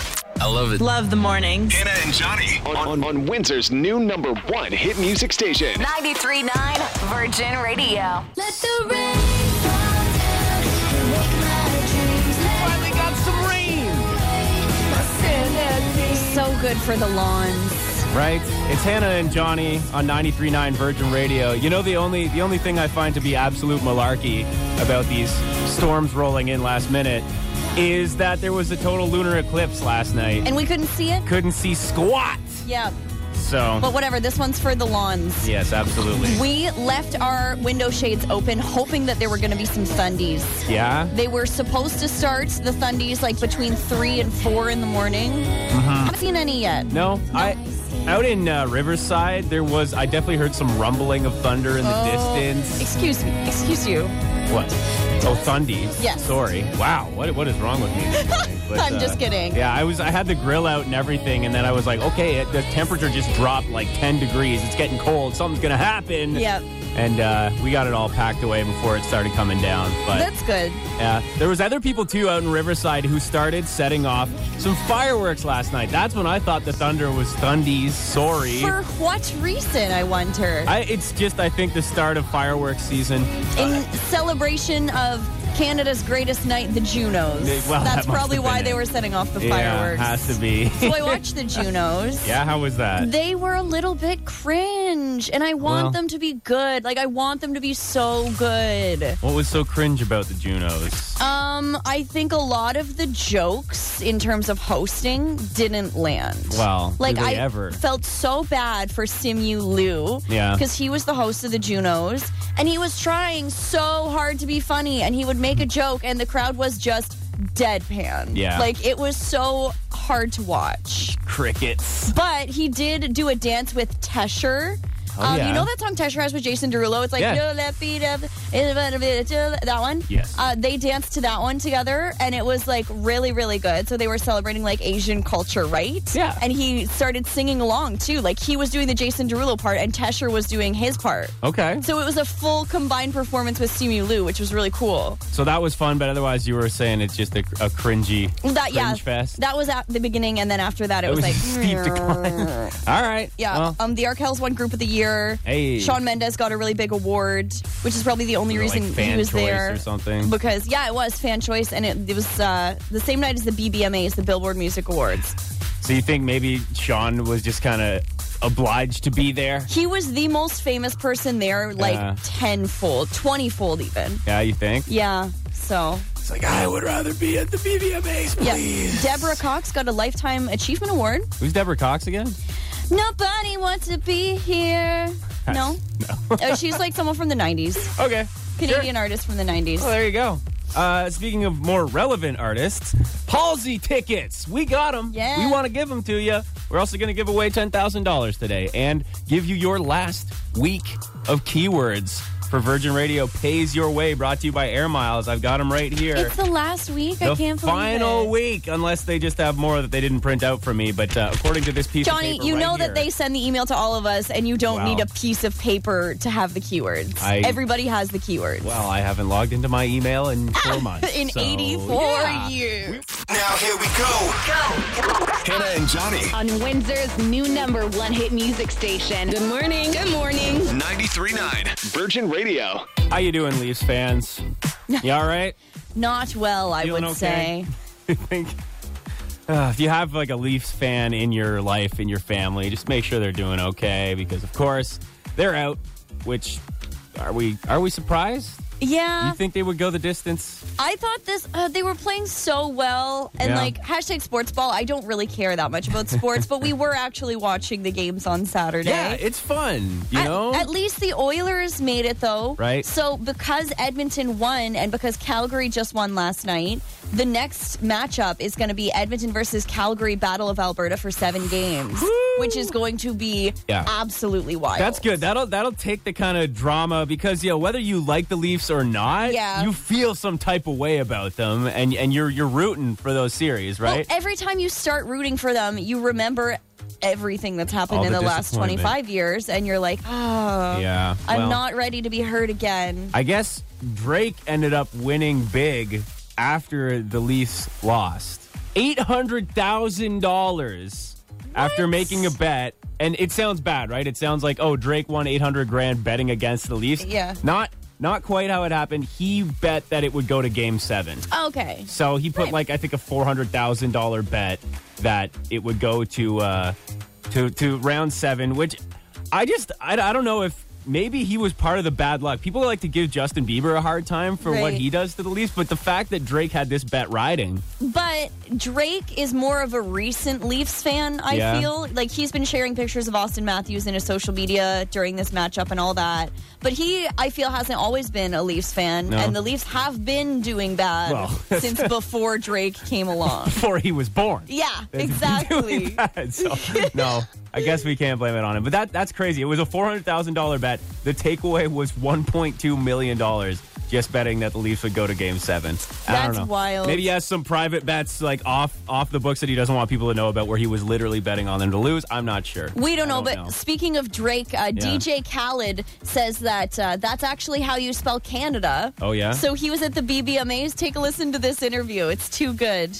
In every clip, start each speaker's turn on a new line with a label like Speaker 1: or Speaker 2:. Speaker 1: I love it.
Speaker 2: Love the mornings.
Speaker 3: Hannah and Johnny.
Speaker 4: On, on, on Windsor's new number one hit music station.
Speaker 5: 939 Virgin Radio.
Speaker 6: Let the rain fall down and make my dreams let
Speaker 7: Finally got some rain.
Speaker 2: So good for the lawns.
Speaker 8: Right? It's Hannah and Johnny on 93.9 Virgin Radio. You know the only the only thing I find to be absolute malarkey about these storms rolling in last minute is that there was a total lunar eclipse last night.
Speaker 2: And we couldn't see it?
Speaker 8: Couldn't see squat.
Speaker 2: Yeah.
Speaker 8: So
Speaker 2: But whatever, this one's for the lawns.
Speaker 8: yes, absolutely.
Speaker 2: We left our window shades open hoping that there were going to be some thundies.
Speaker 8: yeah.
Speaker 2: They were supposed to start the thundies like between 3 and 4 in the morning.
Speaker 8: Mm-hmm.
Speaker 2: I haven't seen any yet.
Speaker 8: No, I out in uh, Riverside there was I definitely heard some rumbling of thunder in the distance.
Speaker 2: Excuse me. Excuse you.
Speaker 8: What? Oh, Thundy.
Speaker 2: Yes.
Speaker 8: Sorry. Wow. What What is wrong with me? But, uh,
Speaker 2: I'm just kidding.
Speaker 8: Yeah, I was. I had the grill out and everything, and then I was like, okay, it, the temperature just dropped like 10 degrees. It's getting cold. Something's gonna happen.
Speaker 2: Yep.
Speaker 8: And uh, we got it all packed away before it started coming down. But
Speaker 2: That's good.
Speaker 8: yeah. There was other people too out in Riverside who started setting off some fireworks last night. That's when I thought the thunder was Thundies. Sorry.
Speaker 2: For what reason, I wonder?
Speaker 8: I, it's just I think the start of fireworks season.
Speaker 2: in celebration of Canada's greatest night, the Junos.
Speaker 8: They- well,
Speaker 2: That's
Speaker 8: that must
Speaker 2: probably
Speaker 8: have
Speaker 2: why
Speaker 8: been
Speaker 2: they
Speaker 8: it.
Speaker 2: were setting off the
Speaker 8: Yeah,
Speaker 2: fireworks.
Speaker 8: has to be.
Speaker 2: so I watched the Junos.
Speaker 8: yeah, how was that?
Speaker 2: They were a little bit cringe, and I want
Speaker 8: Well.
Speaker 2: them to be good. Like I want them to be so good.
Speaker 8: What was so cringe about the Junos?
Speaker 2: Um, I think a lot of the jokes in terms of hosting didn't land.
Speaker 8: Well, do
Speaker 2: like
Speaker 8: they
Speaker 2: I
Speaker 8: ever?
Speaker 2: felt so bad for Simu Liu.
Speaker 8: Yeah.
Speaker 2: Because he was the host of the Junos and he was trying so hard to be funny and he would make a joke and the crowd was just deadpan.
Speaker 8: Yeah.
Speaker 2: Like it was so hard to watch.
Speaker 8: Crickets.
Speaker 2: But he did do a dance with Tesher.
Speaker 8: Oh,
Speaker 2: um,
Speaker 8: yeah.
Speaker 2: You know that song Tesher has with Jason Derulo? It's like,
Speaker 8: Yeah.
Speaker 2: "Yo, left feet up, in front of it, to the-" that one?
Speaker 8: Yes.
Speaker 2: Uh, they danced to that one together, and it was like really, really good. So they were celebrating like Asian culture, right?
Speaker 8: Yeah.
Speaker 2: And he started singing along too. Like he was doing the Jason Derulo part, and Tesher was doing his part.
Speaker 8: Okay.
Speaker 2: So it was a full combined performance with Simu Liu, which was really cool.
Speaker 8: So that was fun, but otherwise you were saying it's just a, a cringy
Speaker 2: That
Speaker 8: cringe
Speaker 2: yeah,
Speaker 8: fest.
Speaker 2: that was at the beginning, and then after that, it,
Speaker 8: It was
Speaker 2: like
Speaker 8: a steep decline. All right.
Speaker 2: Yeah,
Speaker 8: Well,
Speaker 2: um, the Arkells won Group of the Year.
Speaker 8: Hey.
Speaker 2: Sean Mendes got a really big award, which is probably the only
Speaker 8: was it
Speaker 2: reason
Speaker 8: like fan
Speaker 2: he was
Speaker 8: choice
Speaker 2: there.
Speaker 8: or something.
Speaker 2: Because yeah, it was fan choice, and it, it was uh, the same night as the BBMAs, the Billboard Music Awards.
Speaker 8: so you think maybe Sean was just kind of obliged to be there?
Speaker 2: He was the most famous person there, like
Speaker 8: Yeah.
Speaker 2: tenfold, twenty-fold, even.
Speaker 8: Yeah, you think?
Speaker 2: Yeah. So
Speaker 8: It's like I would rather be at the BBMAs,
Speaker 2: yeah, Deborah Cox got a Lifetime Achievement Award.
Speaker 8: Who's Deborah Cox again?
Speaker 2: Nobody wants to be here. No.
Speaker 8: No.
Speaker 2: Uh, she's like someone from the '90s,
Speaker 8: okay.
Speaker 2: Canadian artist from the '90s.
Speaker 8: Well, there you go. Uh, speaking of more relevant artists, Halsey tickets. We got them.
Speaker 2: Yeah.
Speaker 8: We want to give them to you. We're also going to give away $10,000 today and give you your last week of keywords for Virgin Radio Pays Your Way, brought to you by Air Miles. I've got them right here.
Speaker 2: It's the last week. I
Speaker 8: the
Speaker 2: can't believe
Speaker 8: final
Speaker 2: it.
Speaker 8: week, unless they just have more that they didn't print out for me. But uh, according to this piece of
Speaker 2: Johnny,
Speaker 8: paper
Speaker 2: you
Speaker 8: right
Speaker 2: know
Speaker 8: here-
Speaker 2: that they send the email to all of us, and you don't
Speaker 8: Wow.
Speaker 2: need a piece of paper to have the keywords.
Speaker 8: I-
Speaker 2: Everybody has the keywords.
Speaker 8: Well, I haven't logged into my email in four months.
Speaker 2: In
Speaker 8: so,
Speaker 2: 84
Speaker 8: yeah.
Speaker 2: years.
Speaker 3: Now here we go.
Speaker 4: Hannah and Johnny.
Speaker 5: On Windsor's new number one hit music station. Good morning. Good morning.
Speaker 4: 93.9.
Speaker 1: Virgin Radio.
Speaker 8: How you doing, Leafs fans? You all right?
Speaker 2: Not well, I
Speaker 8: Feeling
Speaker 2: would say.
Speaker 8: okay? I think uh, if you have like a Leafs fan in your life, in your family, just make sure they're doing okay because, of course, they're out. Which are we? Are we surprised?
Speaker 2: Yeah,
Speaker 8: you think they would go the distance?
Speaker 2: I thought this. Uh, they were playing so well, and
Speaker 8: Yeah.
Speaker 2: like hashtag sports ball. I don't really care that much about sports, but we were actually watching the games on Saturday.
Speaker 8: Yeah, it's fun. You
Speaker 2: At-
Speaker 8: know,
Speaker 2: At, least the Oilers made it though.
Speaker 8: Right.
Speaker 2: So because Edmonton won and because Calgary just won last night, the next matchup is going to be Edmonton versus Calgary Battle of Alberta for 7 games, which is going to be
Speaker 8: Yeah.
Speaker 2: absolutely wild.
Speaker 8: that's good. That'll that'll take the kind of drama because you know whether you like the Leafs or not,
Speaker 2: Yeah.
Speaker 8: you feel some type of way about them, and and you're you're rooting for those series,
Speaker 2: Well,
Speaker 8: right?
Speaker 2: Oh, every time you start rooting for them, you remember everything that's happened
Speaker 8: All
Speaker 2: in
Speaker 8: the
Speaker 2: the, last
Speaker 8: disappointment.
Speaker 2: 25 years and you're like, "Oh,
Speaker 8: yeah,
Speaker 2: I'm
Speaker 8: well.
Speaker 2: not ready to be hurt again."
Speaker 8: I guess Drake ended up winning big after the Leafs lost. eight hundred thousand dollars after making a bet. And it sounds bad, right? It sounds like oh, Drake won eight hundred grand betting against the Leafs.
Speaker 2: Yeah.
Speaker 8: not not quite how it happened. He bet that it would go to Game Seven.
Speaker 2: Okay.
Speaker 8: So he put
Speaker 2: Right.
Speaker 8: like I think a four hundred thousand dollar bet that it would go to uh, to to round seven, which I just I, I don't know if maybe he was part of the bad luck. People like to give Justin Bieber a hard time for what
Speaker 2: Right.
Speaker 8: he does to the Leafs, but the fact that Drake had this bet riding,
Speaker 2: But Drake is more of a recent Leafs fan, I
Speaker 8: Yeah.
Speaker 2: feel. Like he's been sharing pictures of Austin Matthews in his social media during this matchup and all that. But he, I feel, hasn't always been a Leafs fan.
Speaker 8: No.
Speaker 2: And the Leafs have been doing bad
Speaker 8: Well.
Speaker 2: since before Drake came along.
Speaker 8: before he was born.
Speaker 2: Yeah, exactly.
Speaker 8: bad. So no, I guess we can't blame it on him. But that that's crazy. It was a four hundred thousand dollar bet. The takeaway was one point two million dollars. Just betting that the Leafs would go to Game Seven. I don't
Speaker 2: That's
Speaker 8: know.
Speaker 2: wild.
Speaker 8: Maybe he has some private bets like off off the books that he doesn't want people to know about, where he was literally betting on them to lose. I'm not sure.
Speaker 2: We don't
Speaker 8: I
Speaker 2: know, but speaking of Drake, uh,
Speaker 8: Yeah.
Speaker 2: DJ Khaled says that uh, that's actually how you spell Canada.
Speaker 8: Oh, yeah?
Speaker 2: So he was at the BBMAs. Take a listen to this interview. It's too good.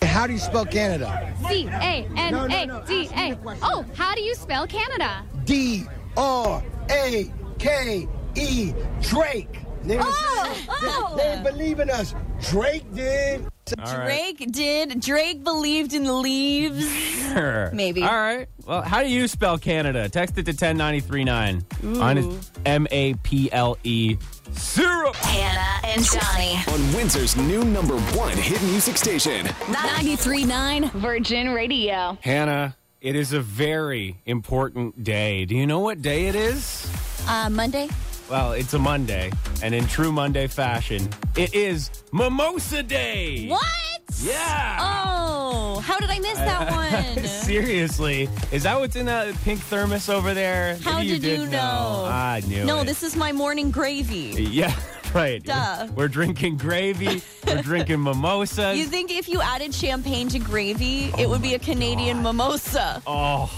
Speaker 1: How do you spell Canada?
Speaker 7: C A N
Speaker 1: No, no, no,
Speaker 7: A D
Speaker 1: ask me
Speaker 7: A.
Speaker 1: the question.
Speaker 7: Oh, how do you spell Canada?
Speaker 1: D R A K E Drake. They didn't,
Speaker 2: Oh, oh.
Speaker 1: they didn't believe in us. Drake did.
Speaker 8: All right.
Speaker 2: Drake did. Drake believed in the leaves.
Speaker 8: Sure.
Speaker 2: Maybe.
Speaker 8: All right. Well, how do you spell Canada? Text it to 10939. Mine is M A P L E syrup.
Speaker 5: Hannah and Johnny.
Speaker 4: On Windsor's new number one hit music station.
Speaker 5: 93.9 Virgin Radio.
Speaker 8: Hannah, it is a very important day. Do you know what day it is?
Speaker 2: Uh, Monday?
Speaker 8: Well, it's a Monday, and in true Monday fashion, it is Mimosa Day.
Speaker 2: What?
Speaker 8: Yeah.
Speaker 2: Oh, how did I miss that one?
Speaker 8: Seriously, is that what's in that pink thermos over there?
Speaker 2: How
Speaker 8: Maybe
Speaker 2: did you know?
Speaker 8: I knew.
Speaker 2: No,
Speaker 8: it.
Speaker 2: this is my morning gravy.
Speaker 8: Yeah, right.
Speaker 2: Duh.
Speaker 8: We're drinking gravy. We're drinking mimosas.
Speaker 2: You think if you added champagne to gravy, it would be a Canadian mimosa?
Speaker 8: oh.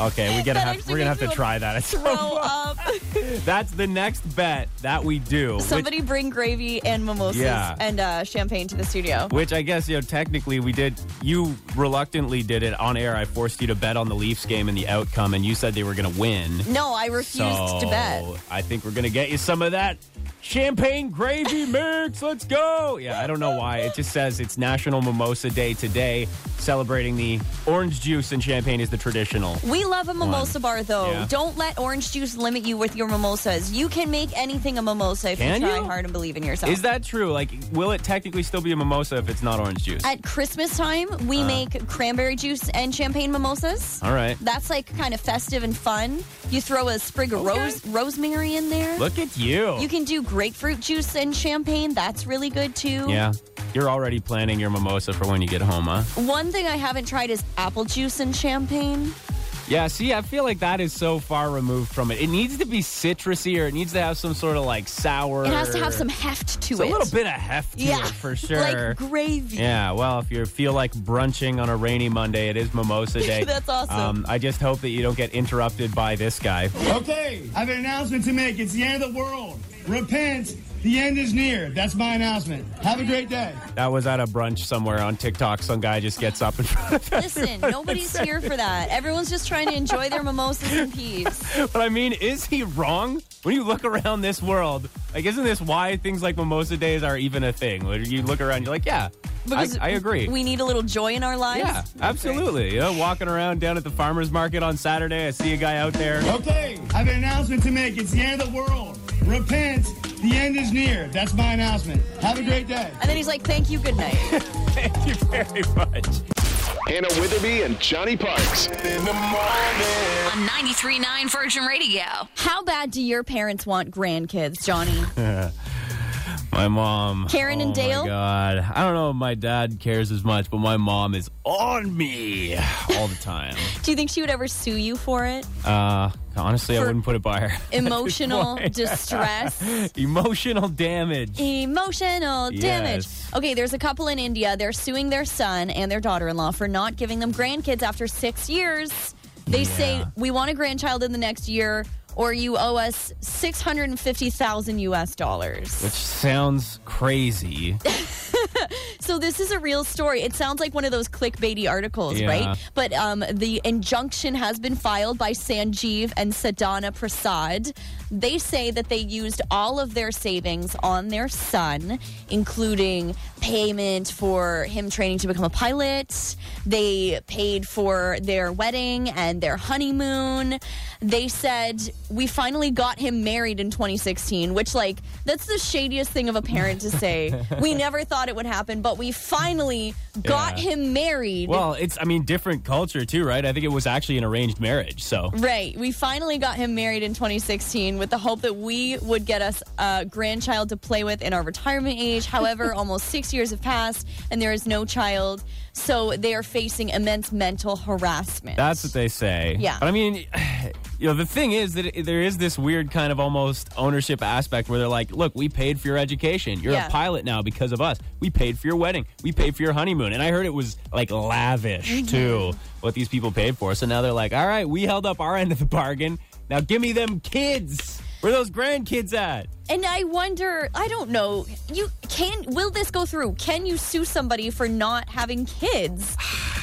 Speaker 8: Okay, we gotta
Speaker 2: That
Speaker 8: have,
Speaker 2: actually
Speaker 8: we're gonna have
Speaker 2: makes
Speaker 8: to
Speaker 2: me
Speaker 8: try that. at some
Speaker 2: Throw up.
Speaker 8: point. That's the next bet that we do. which-
Speaker 2: Somebody bring gravy and mimosas
Speaker 8: Yeah.
Speaker 2: and uh, champagne to the studio.
Speaker 8: Which I guess, you know, technically we did. You reluctantly did it on air. I forced you to bet on the Leafs game and the outcome, and you said they were going to win.
Speaker 2: No, I refused
Speaker 8: so
Speaker 2: to bet.
Speaker 8: I think we're going to get you some of that champagne gravy mix. Let's go. Yeah, I don't know why. It just says it's National Mimosa Day today, celebrating the orange juice and champagne is the traditional.
Speaker 2: We love a mimosa bar, though.
Speaker 8: Yeah.
Speaker 2: Don't let orange juice limit you with your mimosas. You can make anything a mimosa if
Speaker 8: Can
Speaker 2: you try
Speaker 8: you?
Speaker 2: hard and believe in yourself.
Speaker 8: Is that true? Like, will it technically still be a mimosa if it's not orange juice?
Speaker 2: At Christmas time, we make cranberry juice and champagne mimosas.
Speaker 8: Uh. All right.
Speaker 2: That's like kind of festive and fun. You throw a sprig of rose rosemary in there.
Speaker 8: Look at you.
Speaker 2: You can do grapefruit juice and champagne. That's really good too.
Speaker 8: yeah. You're already planning your mimosa for when you get home, huh?
Speaker 2: One thing I haven't tried is apple juice and champagne.
Speaker 8: Yeah, see, I feel like that is so far removed from it. It needs to be citrusy or it needs to have some sort of like sour.
Speaker 2: It has to have some heft to
Speaker 8: It's
Speaker 2: it.
Speaker 8: a little bit of heft to
Speaker 2: yeah,
Speaker 8: it for sure.
Speaker 2: like gravy.
Speaker 8: yeah, well, if you feel like brunching on a rainy Monday, it is mimosa day.
Speaker 2: That's awesome.
Speaker 8: Um, I just hope that you don't get interrupted by this guy.
Speaker 9: Okay, I have an announcement to make. It's the end of the world. Repent. The end is near. That's my announcement. Have a great day.
Speaker 8: That was at a brunch somewhere on TikTok. Some guy just gets up and
Speaker 2: Listen, nobody's here for that. Everyone's just trying to enjoy their mimosas in peace.
Speaker 8: But I mean, is he wrong? When you look around this world, like, isn't this why things like mimosa days are even a thing? When you look around, you're like, yeah, I, I agree.
Speaker 2: We need a little joy in our lives.
Speaker 8: yeah, absolutely. You know, walking around down at the farmer's market on Saturday, I see a guy out there.
Speaker 9: Okay, I have an announcement to make. It's the end of the world. Repent. The end is near. That's my announcement. Have a great day.
Speaker 2: And then he's like, "Thank you, good night."
Speaker 8: Thank you very much.
Speaker 4: Hannah Witherby and Johnny Parks.
Speaker 3: In the morning.
Speaker 5: On 93.9 Virgin Radio.
Speaker 2: How bad do your parents want grandkids, Johnny?
Speaker 8: My mom.
Speaker 2: Karen and
Speaker 8: Oh,
Speaker 2: Dale?
Speaker 8: My God. I don't know if my dad cares as much, but my mom is on me all the time.
Speaker 2: Do you think she would ever sue you for it?
Speaker 8: Uh, honestly, I
Speaker 2: For-
Speaker 8: wouldn't put it by her.
Speaker 2: Emotional
Speaker 8: point.
Speaker 2: distress.
Speaker 8: Emotional damage.
Speaker 2: Emotional damage.
Speaker 8: Yes.
Speaker 2: Okay, there's a couple in India. They're suing their son and their daughter in law for not giving them grandkids after six years. They say, We want a grandchild in the next year, or you owe us 650,000 US dollars.
Speaker 8: Sounds crazy.
Speaker 2: So this is a real story. It sounds like one of those clickbaity articles,
Speaker 8: Yeah.
Speaker 2: right? But um, the injunction has been filed by Sanjeev and Sadhana Prasad. They say that they used all of their savings on their son, including payment for him training to become a pilot. They paid for their wedding and their honeymoon. They said, We finally got him married in 2016, which, like, that's the shadiest thing of a parent to say. we never thought it would happen, but we finally got
Speaker 8: Yeah.
Speaker 2: him married.
Speaker 8: Well, it's I mean different culture too, right? I think it was actually an arranged marriage. So
Speaker 2: Right. We finally got him married in 2016 with the hope that we would get us a grandchild to play with in our retirement age. However, almost six years have passed and there is no child. So they are facing immense mental harassment.
Speaker 8: that's what they say.
Speaker 2: Yeah.
Speaker 8: But I mean, you know, the thing is that it, there is this weird kind of almost ownership aspect where they're like, "Look, we paid for your education. You're
Speaker 2: Yeah.
Speaker 8: a pilot now because of us. We paid for your wedding. We paid for your honeymoon." And I heard it was like lavish too what these people paid for. So now they're like, "All right, we held up our end of the bargain. Now give me them kids. Where those grandkids at?"
Speaker 2: And I wonder, I don't know, you can will this go through? Can you sue somebody for not having kids?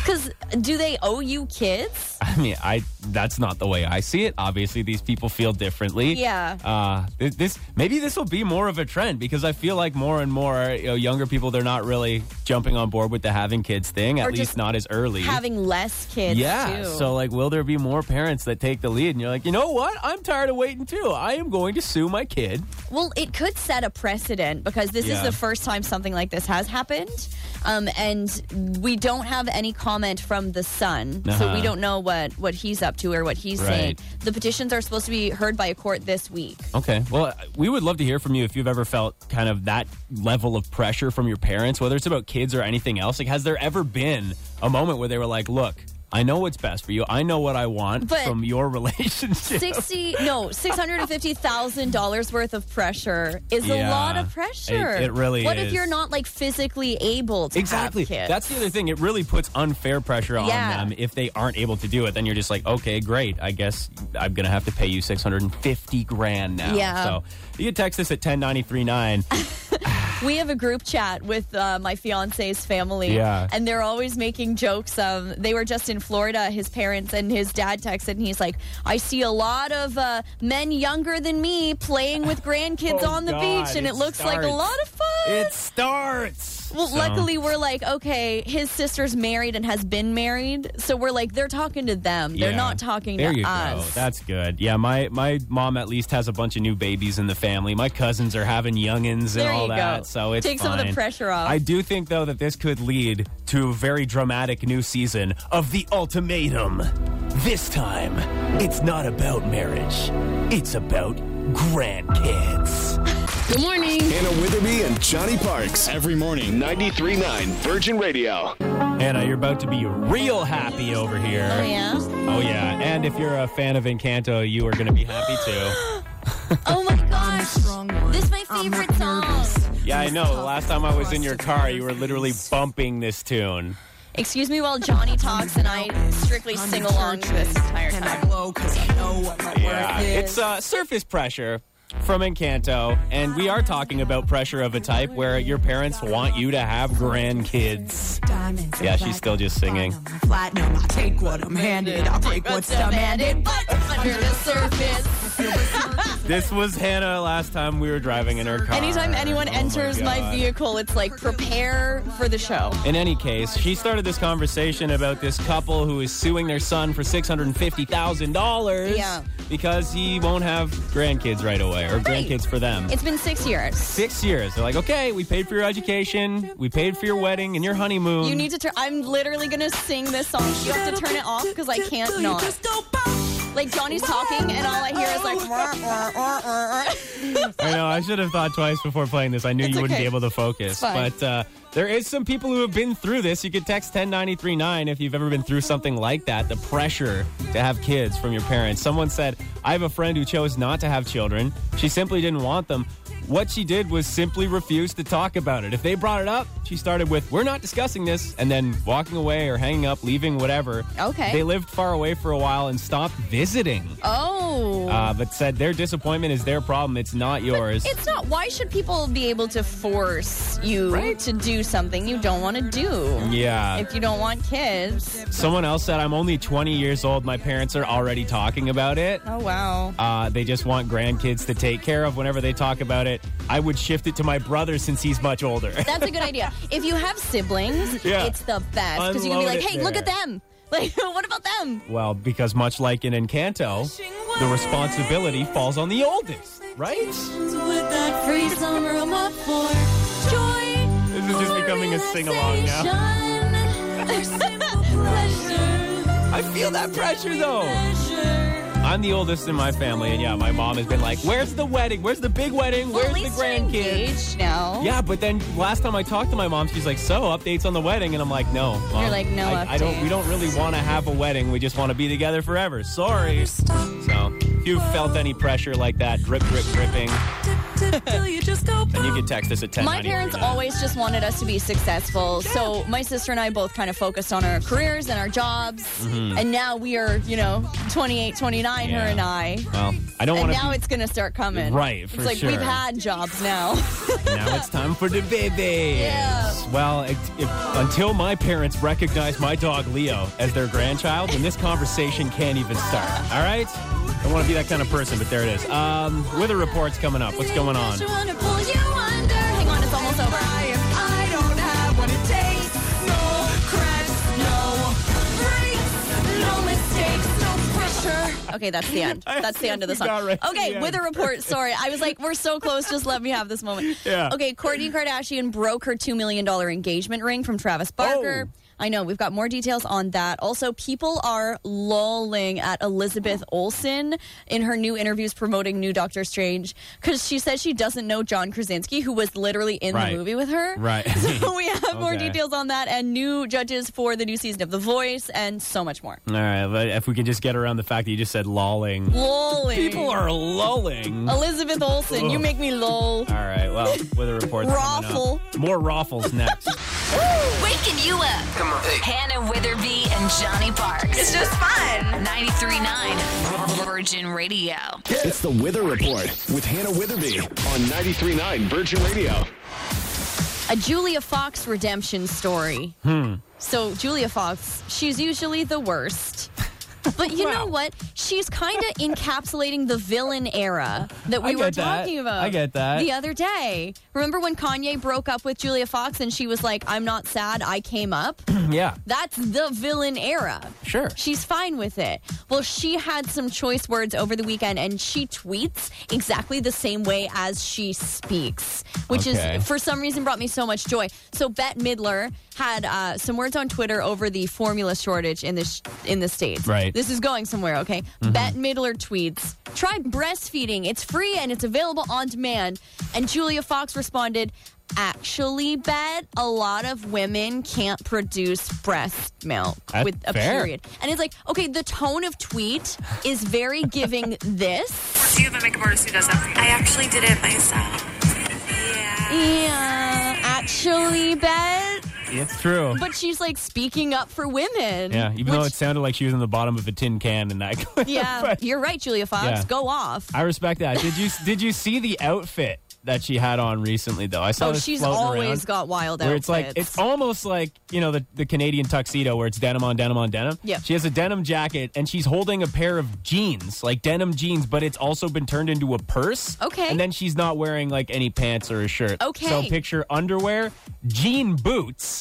Speaker 2: Cuz do they owe you kids?
Speaker 8: I mean, I that's not the way I see it. Obviously, these people feel differently.
Speaker 2: Yeah.
Speaker 8: Uh, th- this maybe this will be more of a trend because I feel like more and more you know, younger people they're not really jumping on board with the having kids thing. At
Speaker 2: Or just
Speaker 8: least not as early.
Speaker 2: Having less kids
Speaker 8: yeah.
Speaker 2: too.
Speaker 8: So like, will there be more parents that take the lead? And you're like, you know what? I'm tired of waiting too. I am going to sue my kid.
Speaker 2: Well, it could set a precedent because this is
Speaker 8: Yeah.
Speaker 2: the first time something like this has happened. Um, and we don't have any comment from the son, so
Speaker 8: Uh-huh.
Speaker 2: we don't know what, what he's up to or what he's saying.
Speaker 8: Right.
Speaker 2: The petitions are supposed to be heard by a court this week.
Speaker 8: Okay. Well, we would love to hear from you if you've ever felt kind of that level of pressure from your parents, whether it's about kids or anything else. Like, has there ever been a moment where they were like, look, I know what's best for you. I know what I want
Speaker 2: But-
Speaker 8: from your relationship.
Speaker 2: Sixty no, six hundred and fifty thousand dollars worth of pressure is a
Speaker 8: Yeah.
Speaker 2: lot of pressure.
Speaker 8: It- it really
Speaker 2: What if
Speaker 8: is.
Speaker 2: you're not like physically able to have
Speaker 8: Exactly.
Speaker 2: kids?
Speaker 8: That's the other thing. It really puts unfair pressure on
Speaker 2: Yeah.
Speaker 8: them if they aren't able to do it. Then you're just like, okay, great. I guess I'm gonna have to pay you 650 grand now.
Speaker 2: Yeah.
Speaker 8: So you can text us at 10939.
Speaker 2: We have a group chat with uh, my fiance's family,
Speaker 8: Yeah.
Speaker 2: and they're always making jokes. Um, they were just in Florida, his parents, and his dad texted, and he's like, "I see a lot of uh, men younger than me playing with grandkids
Speaker 8: Oh,
Speaker 2: on the
Speaker 8: God,
Speaker 2: beach, and
Speaker 8: it
Speaker 2: it, looks like a
Speaker 8: starts.
Speaker 2: lot of fun."
Speaker 8: it starts.
Speaker 2: well,
Speaker 8: So-
Speaker 2: luckily, we're like, okay, his sister's married and has been married, so we're like, they're talking to them. They're
Speaker 8: Yeah.
Speaker 2: not talking
Speaker 8: there
Speaker 2: to
Speaker 8: you
Speaker 2: us.
Speaker 8: Go. That's good. Yeah, my my mom at least has a bunch of new babies in the family. My cousins are having youngins and
Speaker 2: There
Speaker 8: all
Speaker 2: you go.
Speaker 8: that, so it's
Speaker 2: Take some of the
Speaker 8: fine.
Speaker 2: pressure off.
Speaker 8: I do think though that this could lead to a very dramatic new season of The Ultimatum. This time, it's not about marriage. It's about grandkids.
Speaker 5: Good morning.
Speaker 3: Anna Witherby and Johnny Parks. Every morning.
Speaker 4: 93.9 Virgin Radio.
Speaker 8: Hannah, you're about to be real happy over here.
Speaker 2: Oh, yeah.
Speaker 8: Oh yeah, and if you're a fan of Encanto, you are going to be happy too.
Speaker 2: Oh my gosh, this is my favorite song.
Speaker 8: Yeah, I know. The last time I was in your car, you were literally bumping this tune.
Speaker 2: Excuse me while Johnny talks, and I strictly sing along to this entire time.
Speaker 8: Yeah, it's uh, surface pressure from Encanto, and we are talking about pressure of a type where your parents want you to have grandkids. Yeah, she's still just singing.
Speaker 10: Platinum, I take what I'm handed, I break what's demanded.
Speaker 2: but under the surface.
Speaker 8: This was Hannah last time we were driving in her car.
Speaker 2: Anytime anyone
Speaker 8: Oh
Speaker 2: enters my,
Speaker 8: God.
Speaker 2: vehicle, it's like prepare for the show.
Speaker 8: In any case, she started this conversation about this couple who is suing their son for six hundred and fifty thousand dollars
Speaker 2: Yeah.
Speaker 8: because he won't have grandkids right away or grandkids for them.
Speaker 2: It's been six years.
Speaker 8: six years. They're like, okay, we paid for your education, we paid for your wedding and your honeymoon.
Speaker 2: You need to turn. I'm literally gonna sing this song. You have to turn it off because I can't not. Like Johnny's talking, and all I hear is like. "Wah, wah, wah, wah, wah."
Speaker 8: I know. I should have thought twice before playing this. I knew
Speaker 2: It's
Speaker 8: you wouldn't
Speaker 2: okay.
Speaker 8: be able to focus.
Speaker 2: fine.
Speaker 8: But uh, there is some people who have been through this. You could text 10939 if you've ever been through something like that. The pressure to have kids from your parents. Someone said, I have a friend who chose not to have children. She simply didn't want them. What she did was simply refuse to talk about it. If they brought it up, she started with, We're not discussing this, and then walking away or hanging up, leaving, whatever.
Speaker 2: Okay.
Speaker 8: They lived far away for a while and stopped visiting,
Speaker 2: Oh.
Speaker 8: uh, but said their disappointment is their problem. It's not yours.
Speaker 2: it's not. Why should people be able to force you to do something you don't want to do?
Speaker 8: yeah.
Speaker 2: If you don't want kids.
Speaker 8: Someone else said, I'm only 20 years old. My parents are already talking about it.
Speaker 2: Oh, wow.
Speaker 8: Uh, they just want grandkids to take care of whenever they talk about it. I would shift it to my brother since he's much older.
Speaker 2: That's a good idea. If you have siblings,
Speaker 8: Yeah.
Speaker 2: it's the best because you can be
Speaker 8: Unload
Speaker 2: like,
Speaker 8: it
Speaker 2: "Hey, look
Speaker 8: there.
Speaker 2: at them! Like, what about them?"
Speaker 8: well, because much like in Encanto, the responsibility falls on the oldest, right? This is just becoming a sing along now. I feel that pressure though. I'm the oldest in my family, and yeah, my mom has been like, Where's the wedding? Where's the big wedding?
Speaker 2: Well,
Speaker 8: Where's
Speaker 2: at
Speaker 8: the
Speaker 2: least you're
Speaker 8: grandkids?
Speaker 2: engaged now.
Speaker 8: Yeah, but then last time I talked to my mom, she's like, "So updates on the wedding," and I'm like, "No, mom.
Speaker 2: You're like, "No
Speaker 8: I, I don't. We
Speaker 2: updates."
Speaker 8: don't really want to have a wedding. We just want to be together forever." Sorry. So if you felt any pressure like that, drip, drip, dripping, then you can text us at ten.
Speaker 2: My parents always just wanted us to be successful. So my sister and I both kind of focused on our careers and our jobs. And now we are, you know, 28, 29,
Speaker 8: Mm-hmm. Yeah.
Speaker 2: her and I.
Speaker 8: Well, I don't
Speaker 2: And
Speaker 8: want
Speaker 2: now
Speaker 8: to.
Speaker 2: it's going to start coming.
Speaker 8: Right, for
Speaker 2: it's like
Speaker 8: sure.
Speaker 2: we've had jobs now.
Speaker 8: now it's time for the babies.
Speaker 2: Yeah.
Speaker 8: Well, it, if, until my parents recognize my dog Leo as their grandchild, then this conversation can't even start. All right. I want to be that kind of person, but there it is. Um, weather reports coming up. What's going on?
Speaker 2: Hang on, it's almost over. Okay, that's the end.
Speaker 8: I
Speaker 2: That's the end of the
Speaker 8: think we
Speaker 2: song.
Speaker 8: got right to the
Speaker 2: okay,
Speaker 8: end.
Speaker 2: weather report. Sorry, I was like, we're so close. Just let me have this moment.
Speaker 8: Yeah.
Speaker 2: Okay, Kourtney Kardashian broke her two million dollar engagement ring from Travis Barker.
Speaker 8: Oh.
Speaker 2: I know we've got more details on that. Also, people are lolling at Elizabeth Olsen in her new interviews promoting New Doctor Strange because she says she doesn't know John Krasinski, who was literally in
Speaker 8: Right.
Speaker 2: the movie with her.
Speaker 8: Right.
Speaker 2: So we have more
Speaker 8: Okay.
Speaker 2: details on that and new judges for the new season of The Voice and so much more.
Speaker 8: All right, but if we could just get around the fact that you just said lolling.
Speaker 2: Lolling.
Speaker 8: People are lolling. All
Speaker 2: Elizabeth Olsen, you make me lol.
Speaker 8: right, well, weather reports. coming up.
Speaker 2: Raffle.
Speaker 8: More raffles next.
Speaker 5: Waking you up. Come on. Hannah Witherby and Johnny Parks. It's just fun. 93.9 Virgin Radio.
Speaker 3: It's the Wither Report with Hannah Witherby.
Speaker 4: on 93.9 Virgin Radio.
Speaker 2: A Julia Fox redemption story.
Speaker 8: Hmm.
Speaker 2: So Julia Fox, she's usually the worst. But you know what? She's kind of encapsulating the villain era that we
Speaker 8: I
Speaker 2: were
Speaker 8: get that.
Speaker 2: talking about.
Speaker 8: I get that.
Speaker 2: The other day. Remember when Kanye broke up with Julia Fox and she was like, I'm not sad, I came up?
Speaker 8: yeah,
Speaker 2: That's the villain era.
Speaker 8: sure.
Speaker 2: She's fine with it. Well, she had some choice words over the weekend and she tweets exactly the same way as she speaks, which
Speaker 8: Okay.
Speaker 2: is for some reason brought me so much joy. So Bette Midler had uh, some words on Twitter over the formula shortage in this in the states.
Speaker 8: Right. Mm-hmm.
Speaker 2: This is going somewhere, okay? Bette Midler tweets, "Try breastfeeding. It's free and it's available on demand." And Julia Fox responded, Actually, bet a lot of women can't produce breast milk
Speaker 8: That's
Speaker 2: with a
Speaker 8: fair.
Speaker 2: period. And it's like, okay, the tone of tweet is very giving this.
Speaker 11: Do you have a makeup artist who does that? I actually did it myself. Yeah.
Speaker 2: Yeah, actually, bet.
Speaker 8: It's true.
Speaker 2: But she's like speaking up for women.
Speaker 8: yeah, even though
Speaker 2: which-
Speaker 8: it sounded like she was in the bottom of a tin can in that. clip,
Speaker 2: Yeah,
Speaker 8: but-
Speaker 2: you're right, Julia Fox.
Speaker 8: Yeah.
Speaker 2: Go off.
Speaker 8: I respect that. Did you did you see the outfit that she had on recently though? I saw
Speaker 2: Oh,
Speaker 8: this
Speaker 2: she's
Speaker 8: floating
Speaker 2: always
Speaker 8: around.
Speaker 2: got wild
Speaker 8: where
Speaker 2: outfits.
Speaker 8: it's like it's almost like you know the, the Canadian tuxedo where it's denim on denim on denim.
Speaker 2: Yep.
Speaker 8: She has a denim jacket and she's holding a pair of jeans, like denim jeans, but it's also been turned into a purse.
Speaker 2: Okay.
Speaker 8: And then she's not wearing like any pants or a shirt.
Speaker 2: Okay.
Speaker 8: So picture underwear, jean boots,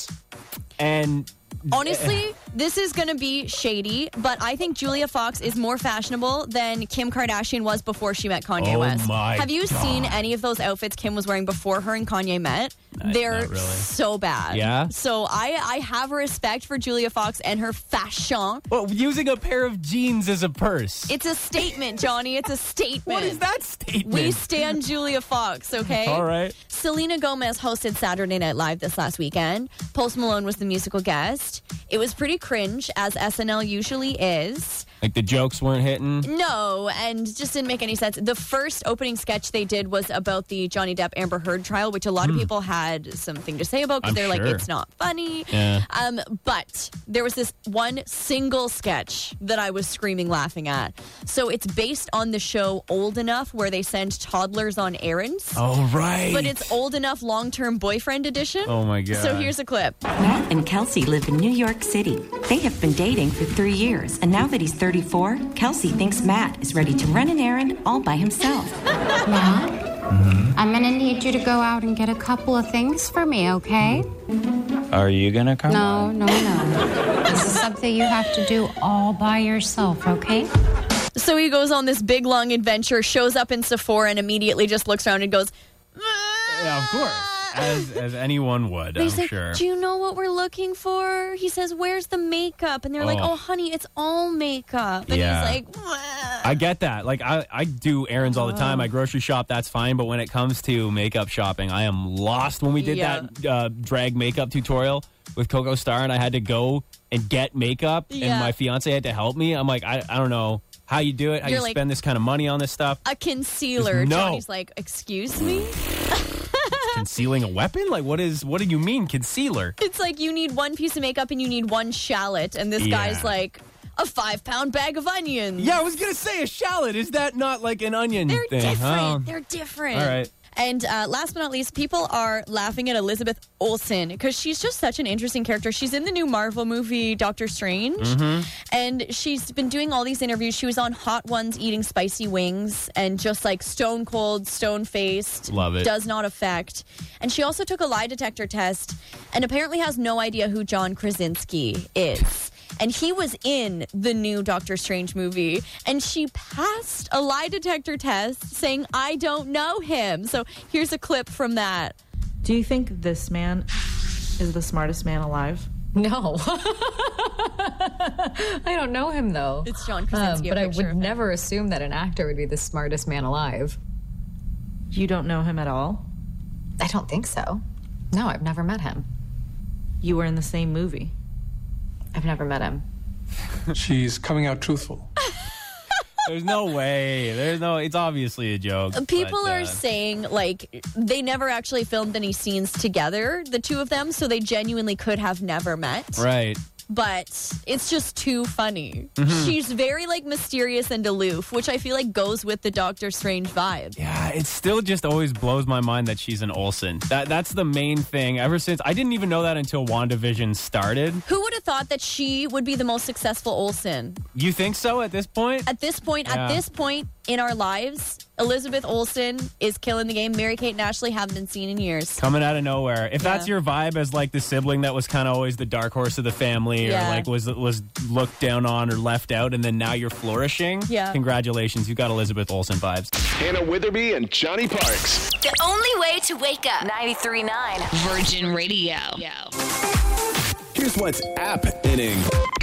Speaker 8: and
Speaker 2: Honestly, this is going to be shady, but I think Julia Fox is more fashionable than Kim Kardashian was before she met Kanye
Speaker 8: Oh
Speaker 2: West.
Speaker 8: my
Speaker 2: Have you
Speaker 8: God.
Speaker 2: seen any of those outfits Kim was wearing before her and Kanye met? They're
Speaker 8: not really.
Speaker 2: so bad.
Speaker 8: Yeah?
Speaker 2: So I, I have respect for Julia Fox and her fashion.
Speaker 8: well, using a pair of jeans as a purse.
Speaker 2: It's a statement, Johnny. It's a statement.
Speaker 8: what is that statement?
Speaker 2: We stand Julia Fox, okay?
Speaker 8: All right.
Speaker 2: Selena Gomez hosted Saturday Night Live this last weekend. Post Malone was the musical guest. It was pretty cringe, as SNL usually is.
Speaker 8: Like the jokes weren't hitting.
Speaker 2: No, and just didn't make any sense. The first opening sketch they did was about the Johnny Depp Amber Heard trial, which a lot of people had something to say about because
Speaker 8: Hmm.
Speaker 2: they're
Speaker 8: I'm
Speaker 2: like,
Speaker 8: sure.
Speaker 2: it's not funny.
Speaker 8: Yeah.
Speaker 2: Um, but there was this one single sketch that I was screaming laughing at. So it's based on the show Old Enough, where they send toddlers on errands.
Speaker 8: All right.
Speaker 2: But it's old enough long term boyfriend edition.
Speaker 8: Oh, my God.
Speaker 2: So here's a clip.
Speaker 12: Matt and Kelsey live in New York City. They have been dating for three years, and now that he's 34, Kelsey thinks Matt is ready to run an errand all by himself.
Speaker 13: Matt, I'm gonna need you to go out and get a couple of things for me, okay?
Speaker 14: Are you gonna come?
Speaker 13: No, no, no. this is something you have to do all by yourself, okay?
Speaker 2: So he goes on this big long adventure, shows up in Sephora, and immediately just looks around and goes,
Speaker 8: Yeah, of course. As, as anyone would,
Speaker 2: They
Speaker 8: I'm
Speaker 2: say,
Speaker 8: sure.
Speaker 2: Do you know what we're looking for? He says, Where's the makeup? And they're like,
Speaker 8: Oh.
Speaker 2: Oh, honey, it's all makeup. And
Speaker 8: Yeah.
Speaker 2: he's like,
Speaker 8: I get that. Like I, I do errands all the time.
Speaker 2: Oh.
Speaker 8: I grocery shop. That's fine. But when it comes to makeup shopping, I am lost. When we did
Speaker 2: Yeah.
Speaker 8: that uh, drag makeup tutorial with Coco Star, and I had to go and get makeup,
Speaker 2: Yeah.
Speaker 8: and my fiance had to help me. I'm like, I, I don't know how you do it. How
Speaker 2: You're
Speaker 8: you
Speaker 2: like-
Speaker 8: spend this kind of money on this stuff?
Speaker 2: A concealer.
Speaker 8: Just no.
Speaker 2: Johnny's like, Excuse me?
Speaker 8: Concealing a weapon? Like what is? What do you mean concealer?
Speaker 2: It's like you need one piece of makeup and you need one shallot. And this
Speaker 8: Yeah.
Speaker 2: guy's like, A five pound bag of onions.
Speaker 8: Yeah, I was gonna say a shallot. Is that not like an onion
Speaker 2: They're
Speaker 8: thing?
Speaker 2: different.
Speaker 8: huh?
Speaker 2: They're different.
Speaker 8: All right.
Speaker 2: And uh, last but not least, people are laughing at Elizabeth Olsen because she's just such an interesting character. She's in the new Marvel movie Doctor Strange,
Speaker 6: Mhm.
Speaker 2: and she's been doing all these interviews. She was on Hot Ones eating spicy wings and just like stone cold, stone faced.
Speaker 6: Love it.
Speaker 2: Does not affect. And she also took a lie detector test and apparently has no idea who John Krasinski is. And he was in the new Doctor Strange movie, and she passed a lie detector test saying, I don't know him. So here's a clip from that.
Speaker 15: Do you think this man is the smartest man alive?
Speaker 16: No. I don't know him though.
Speaker 2: It's John
Speaker 15: Krasinski, a
Speaker 16: Um, but I
Speaker 15: picture
Speaker 16: would never assume that an actor would be the smartest man alive.
Speaker 15: You don't know him at all?
Speaker 16: I don't think so. No, I've never met him.
Speaker 15: You were in the same movie.
Speaker 16: I've never met him.
Speaker 17: She's coming out truthful.
Speaker 8: There's no way. There's no. It's obviously a joke. but,
Speaker 2: People are
Speaker 8: uh,
Speaker 2: saying, like, they never actually filmed any scenes together, the two of them, so they genuinely could have never met.
Speaker 8: right.
Speaker 2: But it's just too funny.
Speaker 8: Mhm.
Speaker 2: She's very, like, mysterious and aloof, which I feel like goes with the Doctor Strange vibe.
Speaker 8: Yeah, it still just always blows my mind that she's an Olsen. That that's the main thing. Ever since I didn't even know that until WandaVision started.
Speaker 2: Who would have thought that she would be the most successful Olsen?
Speaker 8: You think so at this point?
Speaker 2: At this point, at
Speaker 8: Yeah.
Speaker 2: this point in our lives, Elizabeth Olsen is killing the game. Mary Kate and Ashley haven't been seen in years.
Speaker 8: Coming out of nowhere. If
Speaker 2: Yeah.
Speaker 8: that's your vibe as like the sibling that was kind of always the dark horse of the family
Speaker 2: Yeah.
Speaker 8: or like was was looked down on or left out and then now you're flourishing.
Speaker 5: Yeah.
Speaker 8: Congratulations. You've got Elizabeth Olsen vibes.
Speaker 4: Hannah Witherby and Johnny Parks.
Speaker 5: The only way to wake up. 93.9 Virgin Radio.
Speaker 3: Here's what's happening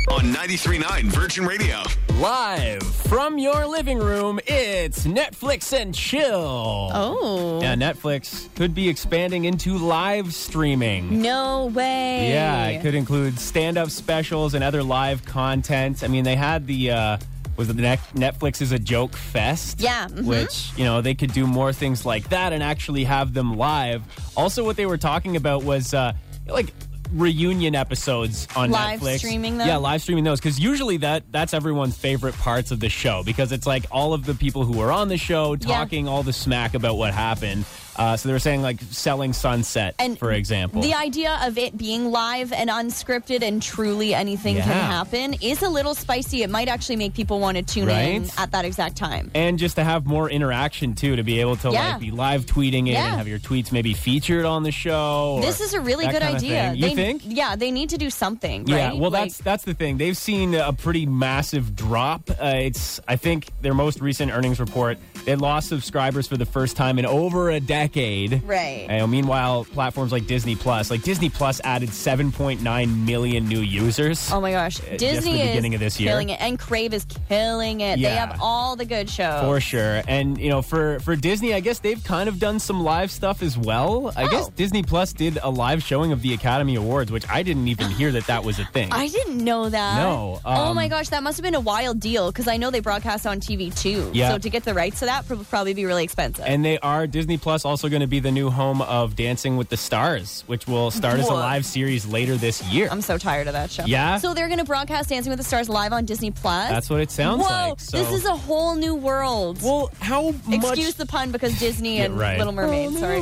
Speaker 3: on 93.9 Virgin Radio.
Speaker 8: Live from your living room, it's Netflix and chill. Oh. Yeah, Netflix could be expanding into live streaming.
Speaker 2: No way.
Speaker 8: Yeah, it could include stand-up specials and other live content. I mean, they had the uh, was it the Net- Netflix is a joke fest?
Speaker 2: Yeah, mhm.
Speaker 8: which you know they could do more things like that and actually have them live. Also, what they were talking about was uh, like reunion episodes on
Speaker 2: Live
Speaker 8: Netflix.
Speaker 2: streaming them?
Speaker 8: Yeah, live streaming those because usually that that's everyone's favorite parts of the show because it's like all of the people who were on the show
Speaker 2: Yeah.
Speaker 8: talking all the smack about what happened. Uh, so they were saying like selling sunset,
Speaker 2: And
Speaker 8: for example.
Speaker 2: The idea of it being live and unscripted and truly anything can
Speaker 8: Yeah.
Speaker 2: happen is a little spicy. It might actually make people want to tune in
Speaker 8: Right?
Speaker 2: at that exact time.
Speaker 8: and just to have more interaction too to be able to
Speaker 2: Yeah.
Speaker 8: like be live tweeting it
Speaker 2: Yeah.
Speaker 8: and have your tweets maybe featured on the show or
Speaker 2: This is a really
Speaker 8: that
Speaker 2: good
Speaker 8: kind of
Speaker 2: idea.
Speaker 8: thing. you
Speaker 2: They-
Speaker 8: think
Speaker 2: Yeah, they need to do something.
Speaker 8: yeah
Speaker 2: right?
Speaker 8: well
Speaker 2: Like-
Speaker 8: that's that's the thing they've seen a pretty massive drop uh, it's i think their most recent earnings report they lost subscribers for the first time in over a decade.
Speaker 2: Right.
Speaker 8: And meanwhile, platforms like Disney Plus, like Disney Plus added 7.9 million new users.
Speaker 2: Oh my gosh,
Speaker 8: Uh, just
Speaker 2: Disney
Speaker 8: the beginning
Speaker 2: is
Speaker 8: of this year.
Speaker 2: killing it, and Crave is killing it. They
Speaker 8: Yeah.
Speaker 2: have all the good shows.
Speaker 8: For sure. And you know, for for Disney, I guess they've kind of done some live stuff as well. I
Speaker 2: Oh.
Speaker 8: guess Disney Plus did a live showing of the Academy Awards, which I didn't even hear that that was a thing.
Speaker 2: I didn't know that.
Speaker 8: No,
Speaker 2: oh
Speaker 8: um,
Speaker 2: my gosh, that must have been a wild deal because I know they broadcast on TV too.
Speaker 8: Yeah.
Speaker 2: So to get the rights to that would probably be really expensive.
Speaker 8: and they are Disney Plus also going to be the new home of Dancing with the Stars, which will start as a
Speaker 2: Whoa.
Speaker 8: live series later this year.
Speaker 2: I'm so tired of that show.
Speaker 8: Yeah.
Speaker 2: So they're going to broadcast Dancing with the Stars live on Disney Plus.
Speaker 8: That's what it sounds
Speaker 2: Whoa,
Speaker 8: like, so-
Speaker 2: This is a whole new world.
Speaker 8: Well, how much-
Speaker 2: Excuse the pun because Disney
Speaker 8: Yeah,
Speaker 2: and
Speaker 8: right. Oh,
Speaker 2: Little Mermaid. sorry.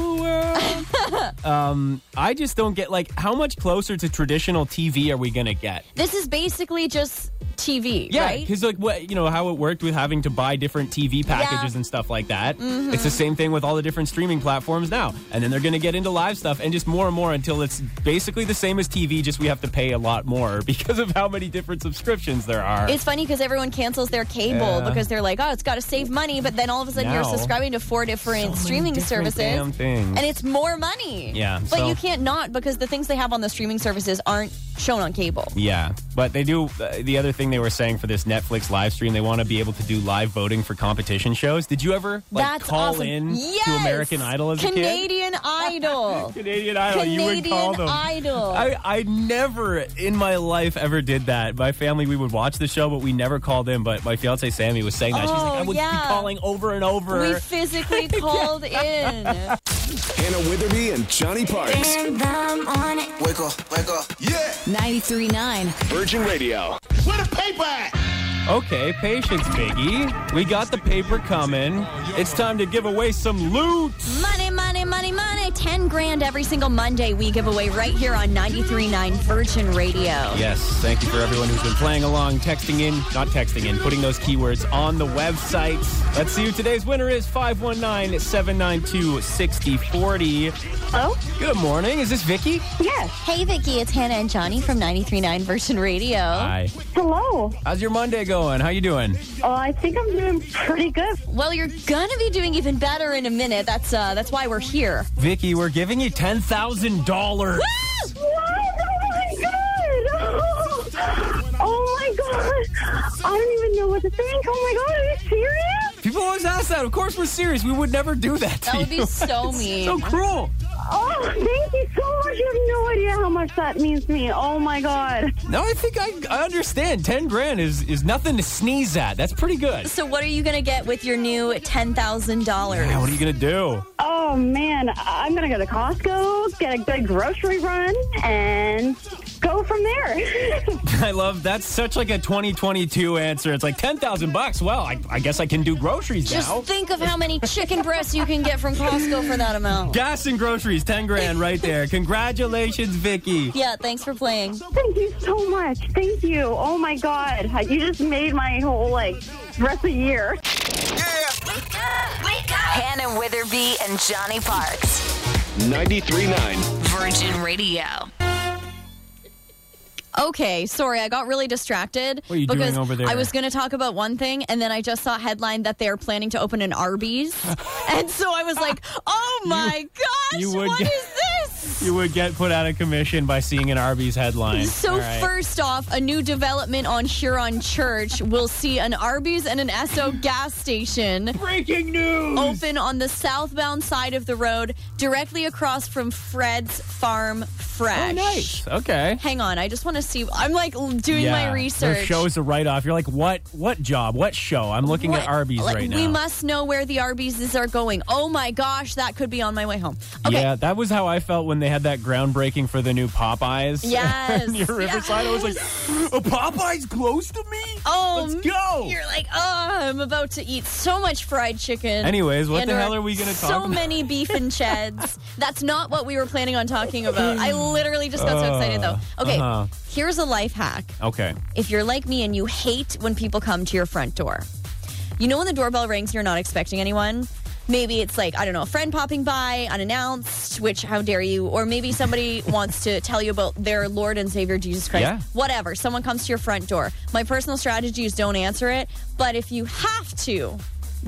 Speaker 8: um, I just don't get like how much closer to traditional TV are we going to get?
Speaker 2: This is basically just TV,
Speaker 8: Yeah,
Speaker 2: right?
Speaker 8: because like what you know how it worked with having to buy different TV packages
Speaker 2: Yeah.
Speaker 8: and stuff like that.
Speaker 2: Mhm.
Speaker 8: It's the same thing with all the different streaming platforms now, and then they're going to get into live stuff and just more and more until it's basically the same as TV. Just we have to pay a lot more because of how many different subscriptions there are.
Speaker 2: It's funny because everyone cancels their cable
Speaker 8: Yeah.
Speaker 2: because they're like, oh, it's got to save money. But then all of a sudden you're
Speaker 8: Now-
Speaker 2: subscribing to four different streaming
Speaker 8: different
Speaker 2: services.
Speaker 8: damn things.
Speaker 2: And it's more money.
Speaker 8: Yeah,
Speaker 2: But
Speaker 8: so-
Speaker 2: you can't not because the things they have on the streaming services aren't shown on cable.
Speaker 8: Yeah, but they do. Uh, the other thing they were saying for this Netflix live stream, they want to be able to do live voting for competition shows. Did you ever like
Speaker 2: That's
Speaker 8: call
Speaker 2: awesome.
Speaker 8: in
Speaker 2: Yes!
Speaker 8: to American Idol as a kid?
Speaker 2: Canadian Idol.
Speaker 8: Canadian Idol. you would call them.
Speaker 2: Canadian Idol.
Speaker 8: I, I never in my life ever did that. My family, we would watch the show, but we never called in. But my fiance Sammy was saying that. She's like, I would be calling over and over.
Speaker 2: We physically called in.
Speaker 3: Hannah Witherby and Johnny Parks. Wake up, wake up. Yeah.
Speaker 5: 939
Speaker 3: Virgin Radio.
Speaker 9: Where the paper at?
Speaker 8: Okay, patience, Biggie. We got the paper coming. It's time to give away some loot.
Speaker 2: Money, money, money, money. 10 grand every single Monday we give away right here on 93.9 Virgin Radio.
Speaker 8: Yes, thank you for everyone who's been playing along, texting in, not texting in, putting those keywords on the website. Let's see who today's winner is 519 792 6040. Hello? Good morning. Is this Vicky?
Speaker 2: Yes. Hey, Vicky, it's Hannah and Johnny from 93.9 Virgin Radio.
Speaker 8: Hi.
Speaker 2: Hello.
Speaker 8: How's your Monday going? How you doing?
Speaker 2: Uh, I think I'm doing pretty good. Well, you're gonna be doing even better in a minute. That's uh, that's why we're here.
Speaker 8: Vicky, we're giving you $10,000.
Speaker 6: Oh my god! I don't even know what to think. Oh my god, are you serious?
Speaker 8: People always ask that. Of course we're serious. We would never do that to
Speaker 6: That would be
Speaker 8: you.
Speaker 6: so
Speaker 8: It's
Speaker 6: mean.
Speaker 8: so cruel.
Speaker 6: Oh, thank you so much. You have no idea how much that means to me. Oh my god.
Speaker 8: No, I think I, I understand. 10 grand is, is nothing to sneeze at. That's pretty good.
Speaker 2: So, what are you gonna get with your new ten thousand
Speaker 8: Yeah,
Speaker 2: dollars?
Speaker 8: what are you going to do?
Speaker 6: Oh man, I- I'm gonna go to Costco, get a good grocery run, and go from there.
Speaker 8: I love that's such like a 2022 answer. It's like 10,000 bucks. Well, I, I guess I can do groceries now.
Speaker 2: Just think of how many chicken breasts you can get from Costco for that amount.
Speaker 8: Gas and groceries, 10 grand right there. Congratulations, Vicky.
Speaker 2: Yeah, thanks for playing.
Speaker 6: Thank you so much. Thank you. Oh my god, you just made my whole like rest of the year.
Speaker 5: Hannah Witherby and Johnny Parks.
Speaker 4: 939
Speaker 5: Virgin Radio.
Speaker 2: Okay, sorry, I got really distracted.
Speaker 5: What are you doing
Speaker 2: because
Speaker 5: over there?
Speaker 2: I was going to talk about one thing, and then I just saw a headline that they are planning to open an Arby's, and so I was like, "Oh my gosh,
Speaker 8: you would
Speaker 2: what
Speaker 8: get-
Speaker 2: is this?"
Speaker 8: You would get put out of commission by seeing an Arby's headline.
Speaker 2: So
Speaker 8: All right.
Speaker 2: first off, a new development on Huron Church will see an Arby's and an Esso gas station.
Speaker 8: Breaking news!
Speaker 2: Open on the southbound side of the road, directly across from Fred's Farm Fresh.
Speaker 8: Oh, nice. Okay.
Speaker 2: Hang on, I just want to see. I'm like l- doing
Speaker 8: Yeah,
Speaker 2: my
Speaker 8: their
Speaker 2: research.
Speaker 8: show's a write off. You're like, what? What job? What show? I'm looking
Speaker 2: What-
Speaker 8: at Arby's
Speaker 2: like,
Speaker 8: right now.
Speaker 2: We must know where the Arby's are going. Oh my gosh, that could be on my way home.
Speaker 8: Yeah, that was how I felt when they had that groundbreaking for the new Popeyes.
Speaker 2: Yes.
Speaker 8: near Riverside. I was like, a Popeye's close to me?
Speaker 2: Oh,
Speaker 8: Let's go.
Speaker 2: You're like, oh, I'm about to eat so much fried chicken.
Speaker 8: Anyways, what
Speaker 2: And
Speaker 8: the
Speaker 2: or
Speaker 8: hell are we gonna
Speaker 2: So
Speaker 8: talk about?
Speaker 2: many beef and cheds. That's not what we were planning on talking about. I literally just got so excited, though.
Speaker 8: Uh,
Speaker 2: Okay,
Speaker 8: uh-huh.
Speaker 2: here's a life hack.
Speaker 8: okay.
Speaker 2: If you're like me and you hate when people come to your front door, you know when the doorbell rings and you're not expecting anyone? Maybe it's like, I don't know, a friend popping by unannounced, which how dare you? Or maybe somebody wants to tell you about their Lord and Savior Jesus Christ.
Speaker 6: Yeah.
Speaker 2: Whatever. Someone comes to your front door. My personal strategy is don't answer it. But if you have to,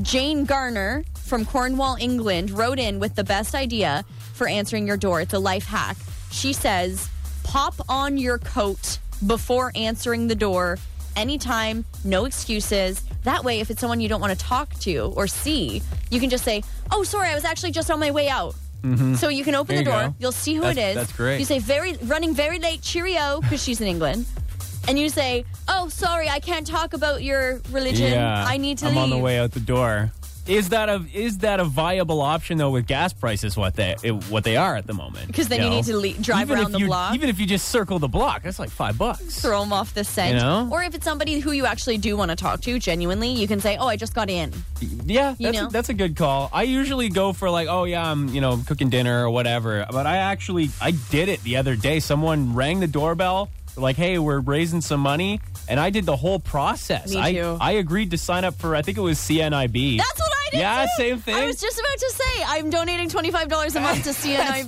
Speaker 2: Jane Garner from Cornwall, England, wrote in with the best idea for answering your door. It's a life hack. She says, pop on your coat before answering the door anytime, no excuses. That way, if it's someone you don't want to talk to or see, you can just say, oh, sorry, I was actually just on my way out.
Speaker 14: Mhm.
Speaker 2: So you can open
Speaker 14: There
Speaker 2: the
Speaker 14: you
Speaker 2: door.
Speaker 14: go.
Speaker 2: You'll see who
Speaker 14: That's-
Speaker 2: it is.
Speaker 14: that's great.
Speaker 2: You say very running very late. Cheerio, because she's in England. And you say, "Oh, sorry, I can't talk about your religion.
Speaker 8: Yeah,
Speaker 2: I need to
Speaker 8: I'm
Speaker 2: leave."
Speaker 8: on the way out the door. Is that a is that a viable option though with gas prices what they it, what they are at the moment?
Speaker 2: Because then you
Speaker 8: know?
Speaker 2: need to le- drive
Speaker 8: Even
Speaker 2: around
Speaker 8: if
Speaker 2: the
Speaker 8: you-
Speaker 2: block.
Speaker 8: Even if you just circle the block, that's like five bucks.
Speaker 2: Throw them off the scent.
Speaker 8: You know?
Speaker 2: Or if it's somebody who you actually do want to talk to, genuinely, you can say, "Oh, I just got in."
Speaker 8: Yeah,
Speaker 2: You
Speaker 8: that's,
Speaker 2: know?
Speaker 8: a, that's a good call. I usually go for like, oh yeah, I'm you know cooking dinner or whatever. But I actually I did it the other day. Someone rang the doorbell, like, hey, we're raising some money, and I did the whole process.
Speaker 2: Me
Speaker 8: I
Speaker 2: too.
Speaker 8: I agreed to sign up for I think it was CNIB.
Speaker 2: That's what I did.
Speaker 8: Yeah,
Speaker 2: too.
Speaker 8: same thing.
Speaker 2: I was just about to say I'm donating twenty five dollars a month to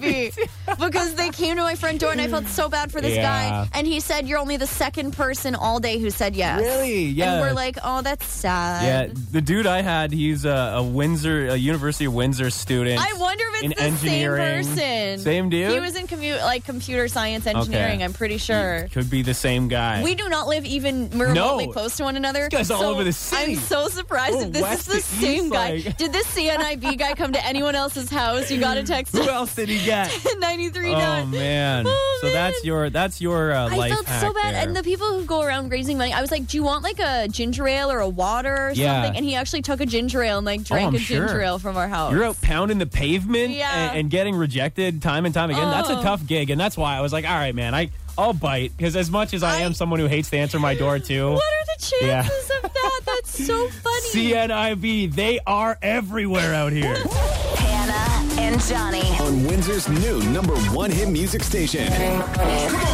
Speaker 2: CNIB because they came to my front door and I felt so bad for this
Speaker 8: Yeah.
Speaker 2: guy. And he said, "You're only the second person all day who said yes."
Speaker 8: Really? Yeah.
Speaker 2: And we're like, "Oh, that's sad."
Speaker 8: Yeah, the dude I had, he's a, a Windsor, a University of Windsor student.
Speaker 2: I wonder if
Speaker 8: in
Speaker 2: it's the
Speaker 8: engineering.
Speaker 2: same person.
Speaker 8: Same dude?
Speaker 2: He was in commu- like computer science engineering.
Speaker 8: Okay.
Speaker 2: I'm pretty sure.
Speaker 8: Could be the same guy.
Speaker 2: We do not live even remotely close to one another.
Speaker 8: This guy's all
Speaker 2: so
Speaker 8: over the city.
Speaker 2: I'm so surprised
Speaker 8: We're
Speaker 2: if this
Speaker 8: west
Speaker 2: is the
Speaker 8: to
Speaker 2: same
Speaker 8: east,
Speaker 2: guy.
Speaker 8: like-
Speaker 2: Did this CNIB guy come to anyone else's house? You got to text
Speaker 8: Who else did he get?
Speaker 2: 93
Speaker 8: oh man.
Speaker 2: Oh,
Speaker 8: so that's your that's your uh,
Speaker 2: I
Speaker 8: life
Speaker 2: felt so
Speaker 8: hack
Speaker 2: bad.
Speaker 8: there.
Speaker 2: And the people who go around raising money, I was like, "Do you want like a ginger ale or a water or
Speaker 8: Yeah.
Speaker 2: something?" And he actually took a ginger ale and like
Speaker 8: Oh,
Speaker 2: drank
Speaker 8: I'm
Speaker 2: a ginger
Speaker 8: sure.
Speaker 2: ale from our house.
Speaker 8: You're out pounding the pavement
Speaker 2: Yeah.
Speaker 8: and, and getting rejected time and time again. That's a
Speaker 2: Oh.
Speaker 8: tough gig, and that's why I was like, all right, man, I I'll bite because as much as I, am someone who hates to answer my door too.
Speaker 2: What are the
Speaker 8: Yeah.
Speaker 2: chances of that? That's so funny.
Speaker 8: CNIB, they are everywhere out here.
Speaker 5: Hannah and Johnny.
Speaker 4: On Windsor's new number one hit music station.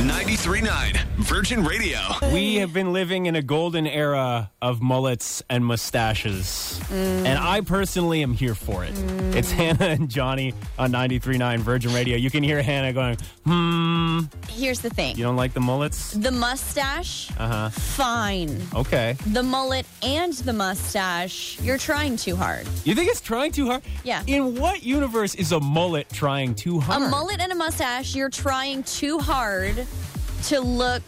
Speaker 4: 93.9 Virgin Radio.
Speaker 8: We have been living in a golden era of mullets and mustaches.
Speaker 4: Mm.
Speaker 8: And I personally am here for it.
Speaker 2: Mm.
Speaker 8: It's Hannah and Johnny on 93.9 Virgin Radio. You can hear Hannah going, hmm.
Speaker 2: Here's the thing:
Speaker 8: You don't like the mullets?
Speaker 2: the mustache,
Speaker 8: Uh huh.
Speaker 2: fine.
Speaker 8: Okay.
Speaker 2: The mullet and the mustache, you're trying too hard.
Speaker 8: You think it's trying too hard?
Speaker 2: Yeah.
Speaker 8: In what universe is a mullet trying too hard?
Speaker 2: A mullet and a mustache, you're trying too hard to look,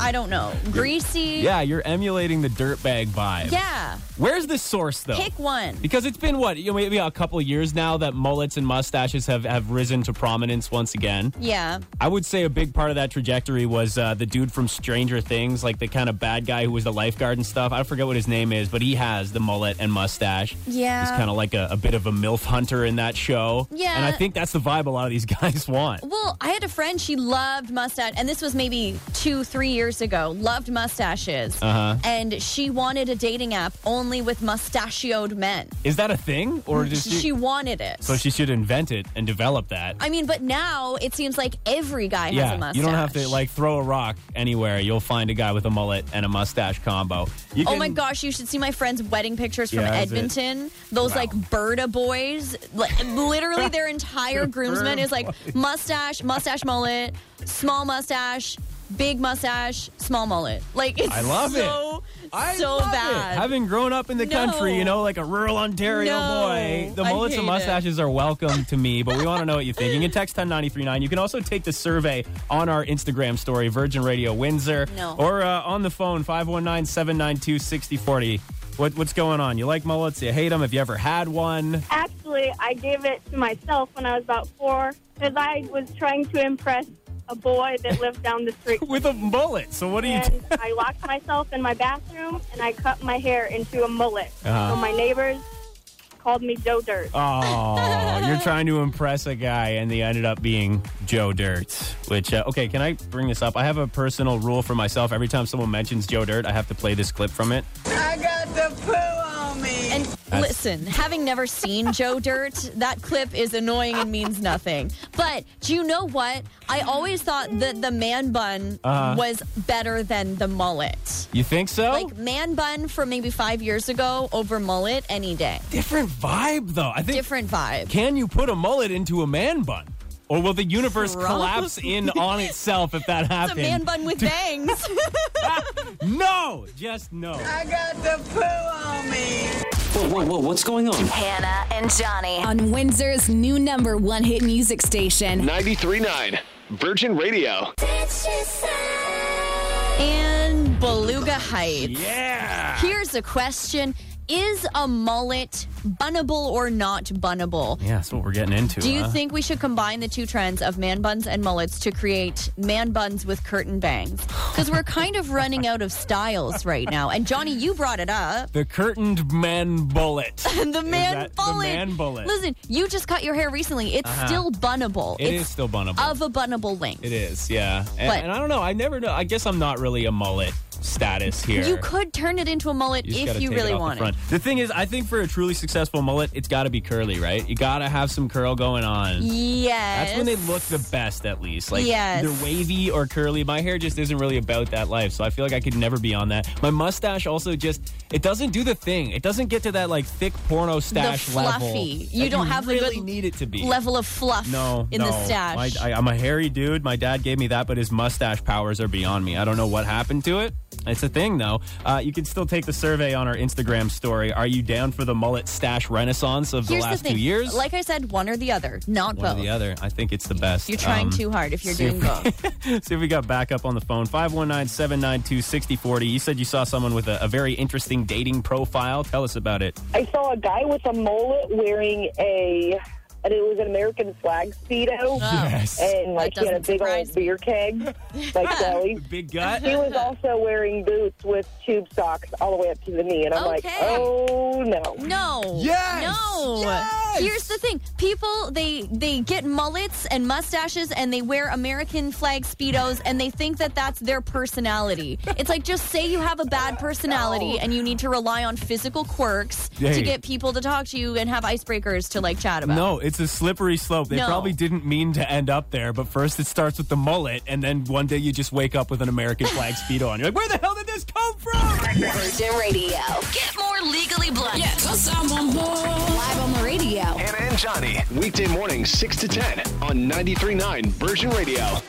Speaker 2: I don't know, greasy.
Speaker 8: Yeah, you're emulating the dirtbag vibe.
Speaker 2: Yeah.
Speaker 8: Where's the source, though?
Speaker 2: Pick one.
Speaker 8: Because it's been what, you know, maybe a couple years now that mullets and mustaches have, have risen to prominence once again.
Speaker 2: Yeah.
Speaker 8: I would say a big part of that trajectory was uh, the dude from Stranger Things, like the kind of bad guy who was the lifeguard and stuff. I forget what his name is, but he has the mullet and mustache.
Speaker 2: Yeah.
Speaker 8: He's kind of like a, a bit of a MILF hunter in that show.
Speaker 2: Yeah.
Speaker 8: And I think that's the vibe a lot of these guys want.
Speaker 2: Well, I had a friend, she loved mustache, and this was maybe two, three years ago, loved mustaches.
Speaker 8: Uh-huh.
Speaker 2: And she wanted a dating app only with mustachioed men.
Speaker 8: Is that a thing? Or does she.
Speaker 2: Mm, She wanted it.
Speaker 8: so she should invent it and develop that.
Speaker 2: I mean, but now it seems like every guy has a
Speaker 8: yeah,
Speaker 2: mustache.
Speaker 8: you don't have to like throw a rock anywhere. You'll find a guy with a mullet and a mustache combo. You
Speaker 2: oh
Speaker 8: can-
Speaker 2: my gosh, you should see my friend's wedding pictures from
Speaker 8: Yeah, is it-
Speaker 2: Edmonton. Those
Speaker 8: Wow.
Speaker 2: like Berta boys, like literally their entire groomsman
Speaker 8: Berta
Speaker 2: is like mustache, mustache mullet, small mustache, big mustache, small mullet. Like it's
Speaker 8: I love it.
Speaker 2: so,
Speaker 8: I
Speaker 2: so
Speaker 8: love it.
Speaker 2: bad.
Speaker 8: Having grown up in the country,
Speaker 2: No.
Speaker 8: you know, like a rural Ontario
Speaker 2: No,
Speaker 8: boy, the
Speaker 2: I
Speaker 8: mullets and
Speaker 2: hate it.
Speaker 8: mustaches are welcome to me, but we want to know what you think. You can text 10939. You can also take the survey on our Instagram story, Virgin Radio Windsor,
Speaker 2: No.
Speaker 8: or uh, on the phone, 519 792 6040. What's going on? You like mullets? You hate them? Have you ever had one?
Speaker 18: Actually, I gave it to myself when I was about four because I was trying to impress a boy that lived down the street.
Speaker 8: With a mullet. So what do you.
Speaker 18: and I locked myself in my bathroom and I cut my hair into a mullet.
Speaker 8: Uh-huh.
Speaker 18: So my neighbors called me Joe Dirt.
Speaker 8: Oh, you're trying to impress a guy, and they ended up being Joe Dirt. Which, uh, okay, can I bring this up? I have a personal rule for myself. Every time someone mentions Joe Dirt, I have to play this clip from it.
Speaker 2: I got the poo on me. And
Speaker 8: That's-
Speaker 2: listen, having never seen Joe Dirt, that clip is annoying and means nothing. But do you know what? I always thought that the man bun
Speaker 8: Uh-huh. Oh.
Speaker 2: was better than the mullet.
Speaker 8: You think so?
Speaker 2: Like man bun from maybe five years ago over mullet any day.
Speaker 8: different vibe, though. I think.
Speaker 2: Different vibe.
Speaker 8: Can you put a mullet into a man bun? Or will the universe
Speaker 2: Probably.
Speaker 8: collapse in on itself if that
Speaker 2: It's a
Speaker 8: happens?
Speaker 2: man bun with bangs.
Speaker 8: no! Just no.
Speaker 10: got the poo on me.
Speaker 19: Whoa, whoa, whoa, what's going on?
Speaker 5: Hannah and Johnny.
Speaker 20: On Windsor's new number one hit music station.
Speaker 4: 939 Virgin Radio.
Speaker 2: And Beluga Heights.
Speaker 4: Yeah.
Speaker 2: Here's a question Is a mullet bunnable or not bunnable?
Speaker 14: Yeah, that's what we're getting into.
Speaker 2: Do you
Speaker 8: Uh-huh.
Speaker 14: huh?
Speaker 2: think we should combine the two trends of man buns and mullets to create man buns with curtain bangs? Because we're kind of running out of styles right now. And Johnny, you brought it up.
Speaker 8: The curtained man bullet.
Speaker 2: the
Speaker 8: Is
Speaker 2: man
Speaker 8: that
Speaker 2: bullet.
Speaker 8: The man bullet.
Speaker 2: Listen, you just cut your hair recently. It's
Speaker 8: Uh-huh.
Speaker 2: still bunnable.
Speaker 8: It
Speaker 2: it's
Speaker 8: is still bunnable.
Speaker 2: Of a bunnable length.
Speaker 8: It is, yeah. And,
Speaker 2: But-
Speaker 8: and I don't know. I never know. I guess I'm not really a mullet status here.
Speaker 2: You could turn it into a mullet
Speaker 8: You just
Speaker 2: if
Speaker 8: gotta
Speaker 2: you
Speaker 8: take it
Speaker 2: really
Speaker 8: off the
Speaker 2: wanted.
Speaker 8: front. The thing is, I think for a truly successful mullet, it's got to be curly, right? You got to have some curl going on.
Speaker 2: Yes.
Speaker 8: That's when they look the best, at least. Like
Speaker 2: Yes.
Speaker 8: either wavy or curly. My hair just isn't really about that life, so I feel like I could never be on that. My mustache also just it doesn't do the thing. It doesn't get to that like thick porno stash
Speaker 2: the fluffy.
Speaker 8: level.
Speaker 2: You
Speaker 8: that
Speaker 2: don't have
Speaker 8: really
Speaker 2: the good
Speaker 8: need it to be.
Speaker 2: level of fluff
Speaker 8: No,
Speaker 2: in the
Speaker 8: no.
Speaker 2: stash.
Speaker 8: My- I, am a hairy dude. My dad gave me that, but his mustache powers are beyond me. I don't know what happened to it. It's a thing, though. Uh, you can still take the survey on our Instagram story. Are you down for the mullet stash renaissance of
Speaker 2: Here's
Speaker 8: the last
Speaker 2: the thing.
Speaker 8: two years?
Speaker 2: Like I said, one or the other, not
Speaker 8: One
Speaker 2: both.
Speaker 8: or the other. I think it's the best.
Speaker 2: You're trying
Speaker 8: Um,
Speaker 2: too hard if you're
Speaker 8: see
Speaker 2: doing both.
Speaker 8: See if we got back up on the phone. 519 792 6040. You said you saw someone with a, a very interesting dating profile. Tell us about it.
Speaker 21: I saw a guy with a mullet wearing a, and it was an American flag speedo,
Speaker 8: Yes.
Speaker 21: and like he had a big old beer keg, like Sally.
Speaker 8: Big gut.
Speaker 21: He was also wearing boots with tube socks all the way up to the knee, and I'm like,
Speaker 2: Okay.
Speaker 21: oh no,
Speaker 2: No.
Speaker 21: Yes!
Speaker 2: No. Here's the thing. People they they get mullets and mustaches and they wear American flag speedos and they think that that's their personality. it's like just say you have a bad personality and you need to rely on physical quirks to
Speaker 8: Hey.
Speaker 2: get people to talk to you and have icebreakers to like chat about.
Speaker 8: No, it's a slippery slope. They
Speaker 2: No.
Speaker 8: probably didn't mean to end up there, but first it starts with the mullet, and then one day you just wake up with an American flag speedo on. You're like, where the hell did this come from?
Speaker 5: Virgin Radio. Get more legally blunt.
Speaker 20: Yeah, 'cause I'm on board. Live on the radio.
Speaker 4: Hannah and Johnny, weekday morning 6 to 10 on 939 Virgin Radio.